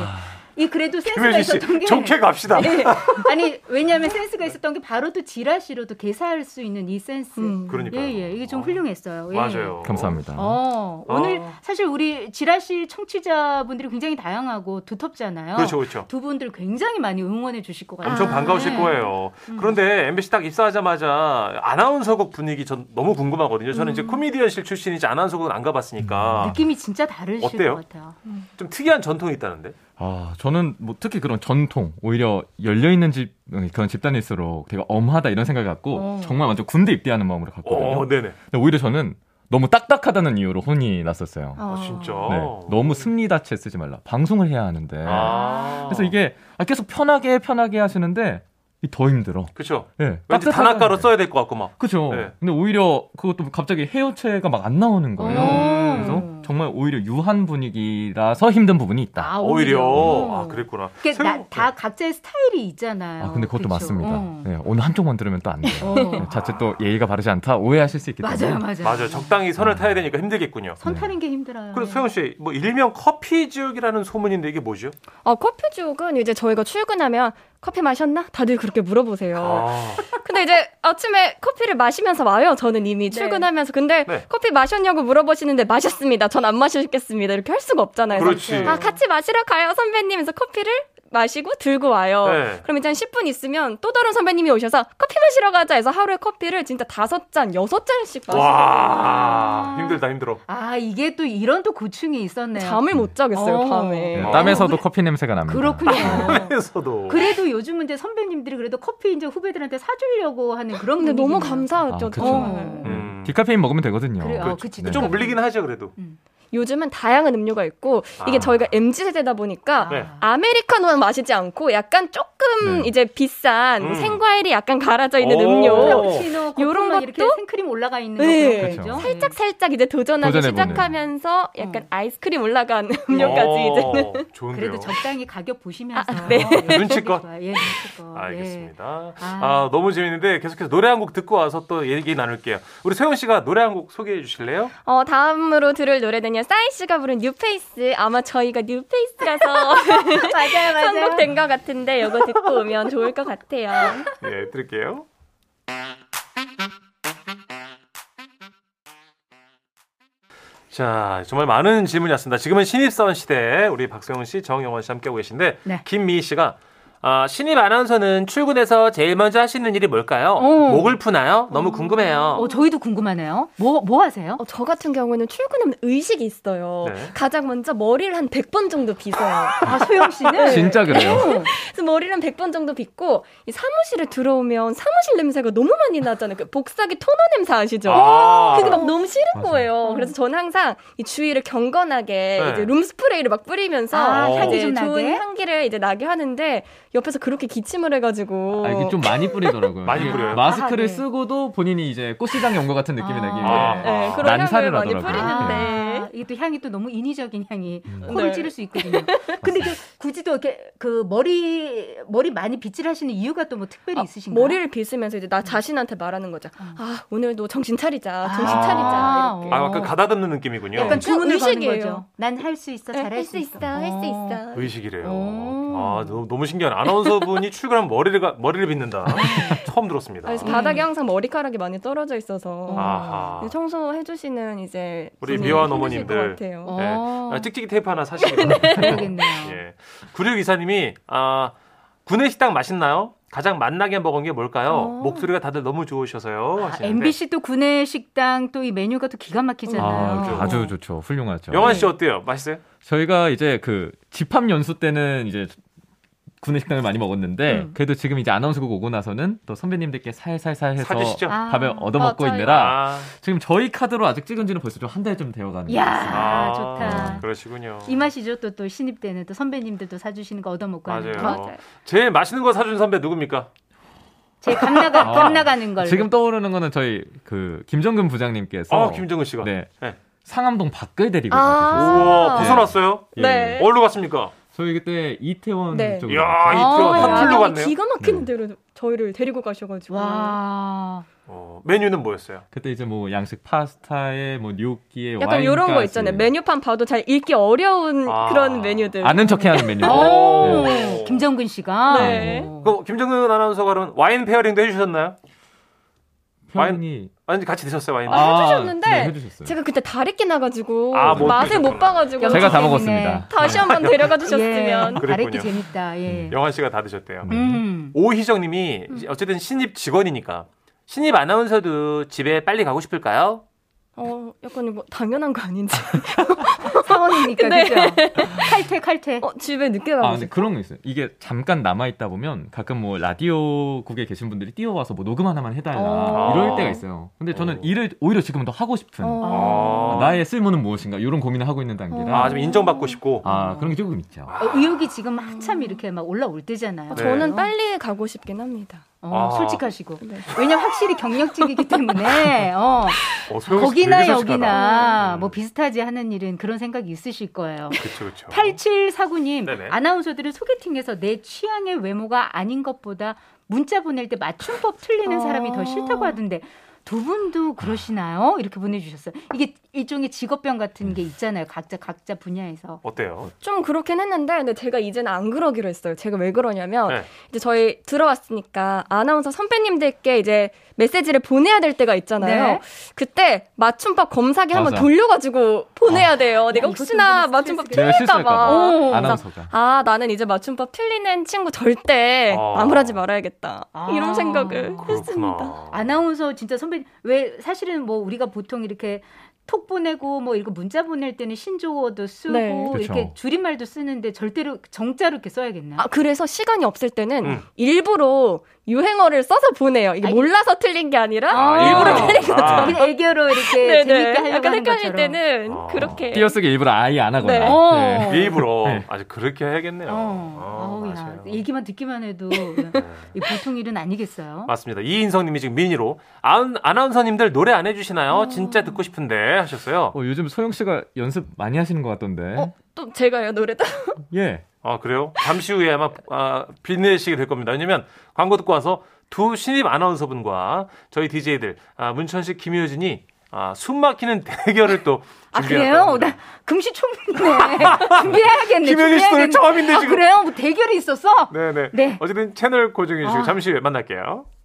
Speaker 3: 이 그래도 센스가
Speaker 2: 김혜주 씨,
Speaker 3: 있었던 게
Speaker 2: 좋게 갑시다.
Speaker 3: 예. 아니 왜냐하면 센스가 있었던 게 바로 또 지라시로도 개사할 수 있는 이 센스.
Speaker 5: 음.
Speaker 2: 그러니까요.
Speaker 3: 예예 이게 좀
Speaker 2: 어.
Speaker 3: 훌륭했어요. 예.
Speaker 2: 맞아요.
Speaker 5: 감사합니다.
Speaker 3: 어, 오늘
Speaker 2: 아.
Speaker 3: 사실 우리 지라시 청취자분들이 굉장히 다양하고 두텁잖아요.
Speaker 2: 그렇죠, 그렇죠.
Speaker 3: 두 분들 굉장히 많이 응원해 주실 것 같아요.
Speaker 2: 엄청
Speaker 3: 아,
Speaker 2: 반가우실
Speaker 3: 네.
Speaker 2: 거예요. 그런데 MBC 딱 입사하자마자 아나운서국 분위기 전 너무 궁금하거든요. 저는 이제 코미디언실 출신이지 아나운서국은 안
Speaker 5: 음.
Speaker 2: 가봤으니까
Speaker 3: 음. 느낌이 진짜 다르실
Speaker 2: 어때요?
Speaker 3: 것 같아요.
Speaker 2: 좀 특이한 전통이 있다는데.
Speaker 5: 아, 저는 뭐 특히 그런 전통, 오히려 열려있는 집, 음, 그런 집단일수록 되게 엄하다 이런 생각을 갖고
Speaker 3: 어.
Speaker 5: 정말 완전 군대 입대하는 마음으로 갔거든요.
Speaker 2: 어, 네네.
Speaker 5: 근데 오히려 저는 너무 딱딱하다는 이유로 혼이 났었어요.
Speaker 2: 아, 진짜.
Speaker 5: 네, 너무 습리다체 쓰지 말라. 방송을 해야 하는데.
Speaker 2: 아.
Speaker 5: 그래서 이게 아, 계속 편하게 편하게 하시는데 이게 더 힘들어.
Speaker 2: 그렇죠.
Speaker 5: 예.
Speaker 2: 왠지 단아가로 써야 될 것 같고 막.
Speaker 5: 그죠.
Speaker 2: 네.
Speaker 5: 근데 오히려 그것도 갑자기 해요체가 막 안 나오는 거예요.
Speaker 3: 어.
Speaker 4: 음.
Speaker 5: 그래서 정말 오히려 유한 분위기라서 힘든 부분이 있다.
Speaker 3: 아,
Speaker 2: 오히려.
Speaker 3: 오히려.
Speaker 2: 아, 그랬구나.
Speaker 3: 그게 나-
Speaker 2: 생각-
Speaker 3: 다 각자의 스타일이 있잖아요.
Speaker 5: 아, 근데 그것도
Speaker 3: 그쵸?
Speaker 5: 맞습니다.
Speaker 3: 그렇죠. 어.
Speaker 5: 네, 어느 한쪽만 들으면 또 안 돼요.
Speaker 3: 어.
Speaker 5: 네, 자칫 또 예의가 바르지 않다 오해하실 수 있기 때문에.
Speaker 3: 맞아요, 맞아요.
Speaker 2: 네. 맞아요. 적당히 선을
Speaker 5: 음.
Speaker 2: 타야 되니까 힘들겠군요.
Speaker 3: 선 타는 게 힘들어요.
Speaker 2: 그리고 소영 씨, 뭐 일명 커피 지역이라는 소문인데 이게 뭐죠?
Speaker 4: 어, 커피 지옥은 이제 저희가 출근하면 커피 마셨나? 다들 그렇게 물어보세요.
Speaker 2: 아,
Speaker 4: 근데 이제 아침에 커피를 마시면서 와요. 저는
Speaker 3: 네.
Speaker 4: 이미 출근하면서. 근데
Speaker 2: 네.
Speaker 4: 커피 마셨냐고 물어보시는데 마셨습니다. 전 안 마시겠습니다. 이렇게 할 수가 없잖아요. 그래서
Speaker 2: 그렇지.
Speaker 4: 아, 같이 마시러 가요, 선배님. 그래서 커피를 마시고 들고 와요.
Speaker 2: 네.
Speaker 4: 그럼 이제 한 10분 있으면 또 다른 선배님이 오셔서 커피 마시러 가자 해서 하루에 커피를 진짜 다섯 잔, 여섯 잔씩 마시고
Speaker 2: 와, 힘들다 힘들어.
Speaker 3: 아, 이게 또 이런 또 고충이 있었네요.
Speaker 4: 잠을 못 자겠어요,
Speaker 3: 어.
Speaker 4: 밤에.
Speaker 5: 네,
Speaker 2: 아.
Speaker 5: 땀에서도 커피 냄새가 납니다.
Speaker 3: 그렇군요.
Speaker 4: 아.
Speaker 5: 아.
Speaker 2: 에서도
Speaker 3: 그래도 요즘은 이제 선배님들이 그래도 커피 이제 후배들한테 사주려고 하는 그런
Speaker 4: 근데 너무
Speaker 3: 분위기네요.
Speaker 4: 감사하죠,
Speaker 5: 아, 그쵸.
Speaker 4: 정말.
Speaker 5: 네,
Speaker 2: 음. 그렇죠.
Speaker 5: 디카페인 먹으면 되거든요.
Speaker 3: 그래요.
Speaker 5: 그-
Speaker 3: 어, 그치.
Speaker 5: 네.
Speaker 2: 좀 물리긴 하죠 그래도.
Speaker 4: 요즘은 다양한 음료가 있고 이게
Speaker 2: 아.
Speaker 4: 저희가 MZ 세대다 보니까
Speaker 2: 네.
Speaker 4: 아메리카노는 마시지 않고 약간 조금
Speaker 5: 네.
Speaker 4: 이제 비싼
Speaker 2: 음.
Speaker 4: 생과일이 약간 갈아져 있는
Speaker 2: 오.
Speaker 4: 음료
Speaker 3: 프라푸치노
Speaker 4: 요런
Speaker 3: 요런 이렇게
Speaker 4: 것도?
Speaker 3: 생크림 올라가 있는
Speaker 4: 네.
Speaker 3: 거
Speaker 2: 그렇죠.
Speaker 3: 그런 거죠.
Speaker 4: 살짝 살짝 이제 도전하기
Speaker 5: 도전해보는.
Speaker 4: 시작하면서 약간 아이스크림 올라간 음료까지 이제
Speaker 2: 이제.
Speaker 3: 네.
Speaker 2: 어, 좋은데요.
Speaker 3: 그래도
Speaker 4: 예.
Speaker 3: 적당히 가격 보시면서
Speaker 4: 아, 네.
Speaker 3: 예,
Speaker 2: 눈치껏.
Speaker 3: 좋아요. 예, 눈치껏.
Speaker 2: 알겠습니다. 아.
Speaker 3: 아.
Speaker 2: 너무 재밌는데 계속해서 노래 한 곡 듣고 와서 또 얘기 나눌게요. 우리 소영 씨가 노래 한 곡 소개해 주실래요?
Speaker 4: 어, 다음으로 들을 노래는요 싸이 씨가 부른 뉴페이스 아마 저희가 뉴페이스라서
Speaker 3: 예. 맞아요, 맞아요.
Speaker 4: 선곡된 것 같은데 이거 듣고 오면 좋을 것 같아요.
Speaker 2: 예, 들을게요. 자, 정말 많은 질문이 왔습니다. 지금은 신입사원 시대에 우리 박소영 씨, 정영원 씨 함께하고 계신데
Speaker 3: 네.
Speaker 2: 김미희 씨가 아, 신입 아나운서는 출근해서 제일 먼저 하시는 일이 뭘까요?
Speaker 3: 어.
Speaker 2: 목을 푸나요? 너무 궁금해요.
Speaker 3: 어, 저희도 궁금하네요. 뭐, 뭐 하세요?
Speaker 4: 어, 저 같은 경우에는 출근하면 의식이 있어요.
Speaker 2: 네.
Speaker 4: 가장 먼저 머리를 한 100번 정도 빗어요.
Speaker 3: 아, 소영
Speaker 2: 네.
Speaker 3: 씨는?
Speaker 5: 진짜 그래요.
Speaker 3: 어.
Speaker 4: 그래서 머리를 한 100번 정도 빗고 이 사무실에 들어오면 사무실 냄새가 너무 많이 나잖아요. 그 복사기 토너 냄새 아시죠?
Speaker 2: 아.
Speaker 4: 그게 막 너무 싫은
Speaker 5: 맞아요.
Speaker 4: 거예요.
Speaker 3: 음.
Speaker 4: 그래서 저는 항상 이 주위를 경건하게
Speaker 2: 네.
Speaker 4: 이제 룸 스프레이를 막 뿌리면서
Speaker 3: 아,
Speaker 2: 향이
Speaker 4: 이제
Speaker 3: 좀 나게?
Speaker 4: 좋은 향기를 이제 나게 하는데 옆에서 그렇게 기침을 해가지고
Speaker 3: 어.
Speaker 5: 아, 이게 좀 많이 뿌리더라고요.
Speaker 2: 많이
Speaker 5: 이게
Speaker 2: 뿌려요?
Speaker 5: 마스크를
Speaker 4: 아, 네.
Speaker 5: 쓰고도 본인이 이제 꽃시장에 온 것 같은 느낌이
Speaker 3: 아.
Speaker 5: 나기
Speaker 2: 아.
Speaker 5: 위해.
Speaker 4: 네, 그런
Speaker 5: 난사를
Speaker 4: 향을 많이
Speaker 5: 하더라고요.
Speaker 4: 뿌리는데
Speaker 3: 아, 이게 또 향이 또 너무 인위적인 향이
Speaker 5: 음.
Speaker 3: 코를
Speaker 4: 네.
Speaker 3: 찌를 수 있거든요. 근데 그 굳이 또 이렇게 그 머리 머리 많이 빗질하시는 이유가 또 뭐 특별히
Speaker 4: 아,
Speaker 3: 있으신가요? 음.
Speaker 4: 머리를 빗으면서 이제 나 자신한테 말하는 거죠. 아 오늘도 정신 차리자, 정신
Speaker 2: 아.
Speaker 4: 차리자 이렇게.
Speaker 2: 아, 약간 가다듬는 느낌이군요.
Speaker 4: 약간
Speaker 2: 그러니까 의-
Speaker 3: 주문을 받는
Speaker 4: 의식이에요.
Speaker 3: 거죠. 난 할 수 있어,
Speaker 4: 네,
Speaker 3: 잘 할 수 있어. 어.
Speaker 2: 의식이래요.
Speaker 3: 오.
Speaker 2: 아, 너무, 너무 신기하네. 아나운서분이 출근하면 머리를, 가- 머리를 빗는다. 처음 들었습니다.
Speaker 4: 아, 그래서 바닥에 항상 머리카락이 많이 떨어져 있어서
Speaker 2: 아하.
Speaker 4: 이제 청소해주시는 이제
Speaker 2: 우리
Speaker 4: 분이
Speaker 2: 미화원
Speaker 4: 힘드실 것
Speaker 2: 어머님들.
Speaker 4: 같아요.
Speaker 3: 어. 네,
Speaker 2: 네. 아, 찍찍이 테이프 하나 사시기 바랍니다.
Speaker 3: 그러겠네요.
Speaker 2: 예. 구류 기사님이 아 군내 식당 맛있나요? 가장 맛나게 먹은 게 뭘까요?
Speaker 4: 어.
Speaker 2: 목소리가 다들 너무 좋으셔서요.
Speaker 3: 아,
Speaker 2: 하시는데.
Speaker 3: MBC 또 구내 식당 또 이 메뉴가 또 기가 네. 막히잖아요.
Speaker 5: 아, 그렇죠. 아주 좋죠. 훌륭하죠. 네.
Speaker 2: 영환 씨 어때요? 맛있어요?
Speaker 5: 저희가 이제 그 집합 연수 때는 이제 군내 식당을 많이 먹었는데
Speaker 4: 음.
Speaker 5: 그래도 지금 이제 아나운서국 오고 나서는 또 선배님들께 살살살 해서
Speaker 2: 사주시죠.
Speaker 3: 아.
Speaker 5: 밥을 얻어먹고
Speaker 4: 맞아요.
Speaker 5: 있느라
Speaker 2: 아,
Speaker 5: 지금 저희 카드로 아직 찍은 지는 벌써 좀 한 달쯤 되어가는 것
Speaker 3: 이야,
Speaker 5: 같습니다.
Speaker 3: 아, 좋다.
Speaker 2: 그러시군요.
Speaker 3: 이 맛이죠. 또 또 신입 때는 또 선배님들도 사주시는 거 얻어먹고 하는
Speaker 2: 맞아요.
Speaker 3: 거.
Speaker 4: 맞아요.
Speaker 2: 제일 맛있는 거 사준 선배 누굽니까?
Speaker 3: 제 감나가
Speaker 5: 아.
Speaker 3: 감나가는 걸.
Speaker 5: 지금 떠오르는 거는 저희 그 김정근 부장님께서
Speaker 2: 아, 김정은 씨가.
Speaker 5: 네.
Speaker 2: 네.
Speaker 5: 상암동 밖을 데리고
Speaker 4: 아.
Speaker 5: 가셨어요.
Speaker 2: 우와,
Speaker 4: 아.
Speaker 2: 벗어났어요?
Speaker 5: 예.
Speaker 4: 네.
Speaker 2: 어디로 갔습니까?
Speaker 5: 저희 그때 이태원
Speaker 4: 네.
Speaker 5: 쪽으로
Speaker 2: 이야,
Speaker 5: 갔죠.
Speaker 2: 이태원
Speaker 3: 어,
Speaker 4: 아,
Speaker 2: 한풀로
Speaker 4: 야경이
Speaker 2: 갔네요.
Speaker 4: 기가 막히는
Speaker 5: 네.
Speaker 4: 대로 저희를 데리고 가셔가지고.
Speaker 6: 와.
Speaker 2: 어, 메뉴는 뭐였어요?
Speaker 5: 그때 이제 뭐 양식 파스타에 뭐 뇨끼에
Speaker 4: 약간
Speaker 5: 와인까지
Speaker 4: 이런 거 있잖아요. 메뉴판 봐도 잘 읽기 어려운
Speaker 2: 아.
Speaker 4: 그런 메뉴들.
Speaker 5: 아는 척해야 하는 메뉴.
Speaker 4: 어.
Speaker 6: 오.
Speaker 2: 네.
Speaker 6: 김정근 씨가.
Speaker 4: 네.
Speaker 6: 오.
Speaker 2: 그럼 김정근 아나운서가 그럼 와인 페어링도 해주셨나요?
Speaker 5: 표현이
Speaker 2: 아니 같이 드셨어요 와인?
Speaker 4: 아, 해주셨는데
Speaker 5: 네, 해주셨어요.
Speaker 4: 제가 그때 다리 끼나가지고
Speaker 2: 아, 못
Speaker 4: 맛을 못
Speaker 2: 드셨구나. 네.
Speaker 4: 봐가지고
Speaker 5: 제가 다
Speaker 6: 때문에.
Speaker 5: 먹었습니다.
Speaker 4: 다시 한번 데려가 주셨으면.
Speaker 2: 그랬군요.
Speaker 3: 다래끼 예, 재밌다. 예.
Speaker 2: 영환 씨가 다 드셨대요.
Speaker 6: 음.
Speaker 2: 오희정님이 어쨌든 신입 직원이니까 신입 아나운서도 집에 빨리 가고 싶을까요?
Speaker 4: 어, 약간 뭐 당연한 거 아닌지.
Speaker 3: 사원이니까
Speaker 4: 네.
Speaker 3: 그죠? 칼퇴 칼퇴.
Speaker 4: 어, 집에 늦게
Speaker 5: 아,
Speaker 4: 가고
Speaker 5: 근데
Speaker 2: 네.
Speaker 4: 싶.
Speaker 5: 그런 거 있어요. 이게 잠깐 남아 있다 보면 가끔 뭐 라디오국에 계신 분들이 뛰어와서 뭐 녹음 하나만 해달라
Speaker 4: 어.
Speaker 5: 이럴 때가 있어요. 근데 저는
Speaker 2: 어.
Speaker 5: 일을 오히려 지금은 더 하고 싶은
Speaker 4: 어.
Speaker 2: 아.
Speaker 5: 나의 쓸모는 무엇인가 이런 고민을 하고 있는 단계라
Speaker 2: 아, 좀 인정받고 싶고.
Speaker 5: 아, 그런 게 조금 있죠.
Speaker 3: 어, 의욕이 지금 한참 이렇게 막 올라올 때잖아요.
Speaker 2: 네.
Speaker 4: 어, 저는 빨리 가고 싶긴 합니다.
Speaker 3: 어,
Speaker 2: 아.
Speaker 3: 솔직하시고.
Speaker 4: 네.
Speaker 3: 왜냐 확실히 경력직이기 때문에 어,
Speaker 2: 어, 소영 씨
Speaker 3: 거기나
Speaker 2: 되게 솔직하다.
Speaker 3: 여기나
Speaker 2: 음.
Speaker 3: 뭐 비슷하지 하는 일은 그런 생각이 있으실 거예요.
Speaker 2: 그쵸, 그쵸.
Speaker 3: 8749님
Speaker 2: 네네.
Speaker 3: 아나운서들은 소개팅에서 내 취향의 외모가 아닌 것보다 문자 보낼 때 맞춤법 틀리는
Speaker 4: 어.
Speaker 3: 사람이 더 싫다고 하던데 두 분도 그러시나요? 이렇게 보내주셨어요. 이게 일종의 직업병 같은 게 있잖아요. 각자 각자 분야에서.
Speaker 2: 어때요?
Speaker 4: 좀 그렇긴 했는데, 근데 제가 이제는 안 그러기로 했어요. 제가 왜 그러냐면,
Speaker 2: 네.
Speaker 4: 이제 저희 들어왔으니까 아나운서 선배님들께 이제 메시지를 보내야 될 때가 있잖아요.
Speaker 3: 네.
Speaker 4: 그때 맞춤법 검사기 한번
Speaker 5: 맞아.
Speaker 4: 돌려가지고 보내야 돼요. 내가
Speaker 3: 어, 이것도
Speaker 4: 혹시나
Speaker 3: 은근히
Speaker 4: 맞춤법
Speaker 5: 내가
Speaker 4: 틀릴까봐.
Speaker 5: 실수할까봐.
Speaker 3: 오.
Speaker 5: 아나운서가.
Speaker 4: 아, 나는 이제 맞춤법 틀리는 친구 절대
Speaker 2: 아.
Speaker 4: 마무리하지 말아야겠다.
Speaker 3: 아.
Speaker 4: 이런 생각을 했습니다.
Speaker 2: 그렇구나.
Speaker 3: 아나운서 진짜 선배님 왜 사실은 뭐 우리가 보통 이렇게 톡 보내고 뭐 이렇게 문자 보낼 때는 신조어도 쓰고
Speaker 4: 네.
Speaker 5: 그쵸.
Speaker 3: 이렇게 줄임말도 쓰는데 절대로 정자로 이렇게 써야겠나?
Speaker 4: 아, 그래서 시간이 없을 때는
Speaker 2: 음.
Speaker 4: 일부러 유행어를 써서 보내요. 이게
Speaker 3: 아니.
Speaker 4: 몰라서 틀린 게 아니라
Speaker 2: 아,
Speaker 4: 일부러 틀린
Speaker 2: 아.
Speaker 4: 거죠.
Speaker 3: 그냥 애교로 이렇게 재밌게 하려고
Speaker 4: 네, 약간
Speaker 3: 하는
Speaker 4: 헷갈릴
Speaker 3: 것처럼.
Speaker 4: 때는
Speaker 2: 아.
Speaker 4: 그렇게
Speaker 5: 띄어쓰기 일부러 아예 안 하거나.
Speaker 4: 네.
Speaker 3: 어.
Speaker 2: 일부러
Speaker 5: 네.
Speaker 2: 아주 그렇게 해야겠네요.
Speaker 3: 어, 아우, 야,
Speaker 2: 맞아요. 네.
Speaker 3: 얘기만 듣기만 해도 이 보통 일은 아니겠어요.
Speaker 2: 맞습니다. 이인성님이 지금 미니로 아, 아나운서님들 노래 안 해주시나요?
Speaker 3: 음.
Speaker 2: 진짜 듣고 싶은데 하셨어요.
Speaker 5: 어, 요즘 소영 씨가 연습 많이 하시는 것 같던데.
Speaker 4: 어? 또 제가요 노래 따
Speaker 5: 예.
Speaker 2: 아 그래요? 잠시 후에 아마 아, 빛내시게 될 겁니다. 왜냐면 광고 듣고 와서 두 신입 아나운서분과 저희 DJ들 아, 문천식 김효진이 아, 숨막히는 대결을 또
Speaker 3: 아
Speaker 2: 준비해놨다고
Speaker 3: 그래요?
Speaker 2: 합니다.
Speaker 3: 나 금시초문이네. 준비해야겠네.
Speaker 2: 김현희 씨 노래
Speaker 3: 준비해야겠네.
Speaker 2: 처음인데
Speaker 3: 아
Speaker 2: 지금.
Speaker 3: 그래요? 뭐 대결이 있었어?
Speaker 2: 네네.
Speaker 3: 네.
Speaker 2: 어쨌든 채널 고정해 주시고
Speaker 3: 아.
Speaker 2: 잠시 후에 만날게요.